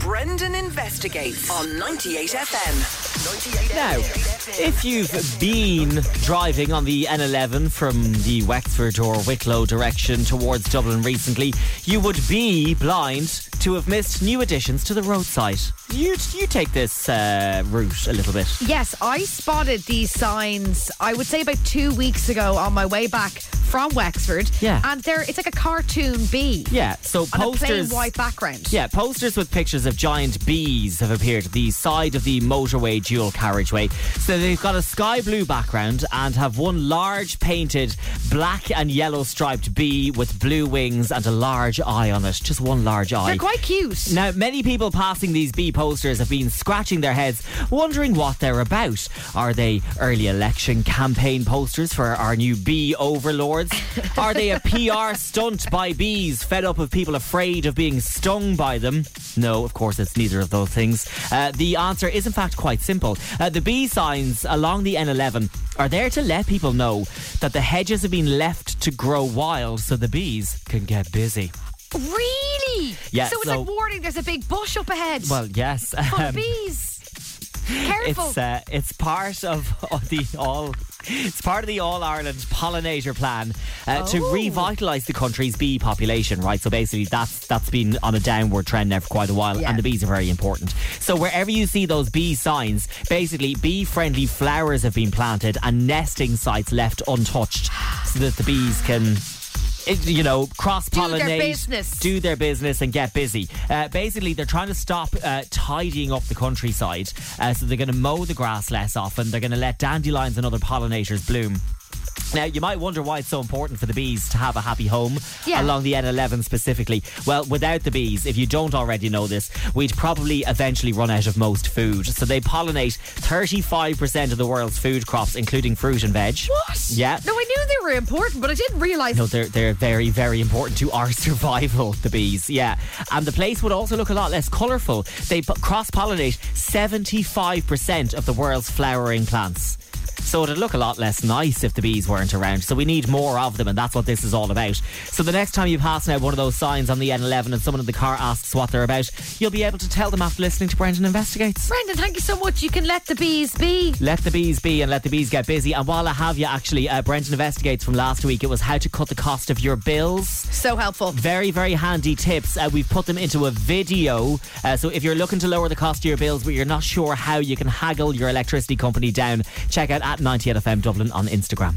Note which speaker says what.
Speaker 1: Brendan Investigates on 98FM.
Speaker 2: Now, if you've been driving on the N11 from the Wexford or Wicklow direction towards Dublin recently, you would be blind to have missed new additions to the roadside. You you take this uh, route a little bit.
Speaker 3: Yes, I spotted these signs, I would say about two weeks ago on my way back from Wexford.
Speaker 2: Yeah.
Speaker 3: And they're, it's like a cartoon bee.
Speaker 2: Yeah, so
Speaker 3: On a plain
Speaker 2: posters.
Speaker 3: white background.
Speaker 2: Yeah, posters with pictures of giant bees have appeared at the side of the motorway dual carriageway. So they've got a sky blue background and have one large painted black and yellow striped bee with blue wings and a large eye on it. Just one large eye.
Speaker 3: They're quite cute.
Speaker 2: Now, many people passing these bee posters have been scratching their heads, wondering what they're about. Are they early election campaign posters for our new bee overlords? Are they a PR stunt by bees, fed up of people afraid of being stung by them? No, of course, it's neither of those things. Uh, the answer is, in fact, quite simple. Uh, the bee signs along the N11 are there to let people know that the hedges have been left to grow wild so the bees can get busy.
Speaker 3: Really?
Speaker 2: Yeah,
Speaker 3: So it's
Speaker 2: so-
Speaker 3: like warning there's a big bush up ahead.
Speaker 2: Well, yes.
Speaker 3: full of
Speaker 2: um,
Speaker 3: bees. Careful.
Speaker 2: It's uh, it's part of the all. It's part of the All Ireland pollinator plan uh,
Speaker 3: Oh.
Speaker 2: to revitalise the country's bee population, right? So basically, that's that's been on a downward trend now for quite a while,
Speaker 3: Yeah.
Speaker 2: and the bees are very important. So wherever you see those bee signs, basically bee-friendly flowers have been planted and nesting sites left untouched, so that the bees can. it- You know, cross pollinate,
Speaker 3: business.
Speaker 2: do their business and get busy. Uh, basically, they're trying to stop uh, tidying up the countryside. Uh, so they're going to mow the grass less often. They're going to let dandelions and other pollinators bloom. Now, you might wonder why it's so important for the bees to have a happy home
Speaker 3: Yeah.
Speaker 2: along the N11 specifically. Well, without the bees, if you don't already know this, we'd probably eventually run out of most food. So they pollinate 35% of the world's food crops, including fruit and veg.
Speaker 3: what?
Speaker 2: Yeah.
Speaker 3: No, I knew they were important, but I didn't realise.
Speaker 2: No, they're they're very very important to our survival. The bees, yeah, and the place would also look a lot less colourful. They cross pollinate seventy five percent of the world's flowering plants. So it'd look a lot less nice if the bees weren't around. So we need more of them, and that's what this is all about. So the next time you pass now one of those signs on the N11 and someone in the car asks what they're about, you'll be able to tell them after listening to Brendan Investigates.
Speaker 3: Brendan, thank you so much. You can let the bees be.
Speaker 2: Let the bees be and let the bees get busy. And while I have you, actually, uh, Brendan Investigates from last week, it was how to cut the cost of your bills.
Speaker 3: So helpful.
Speaker 2: Very, very handy tips. Uh, we've put them into a video. Uh, so if you're looking to lower the cost of your bills, but you're not sure how you can haggle your electricity company down, check out at 90FM Dublin on Instagram.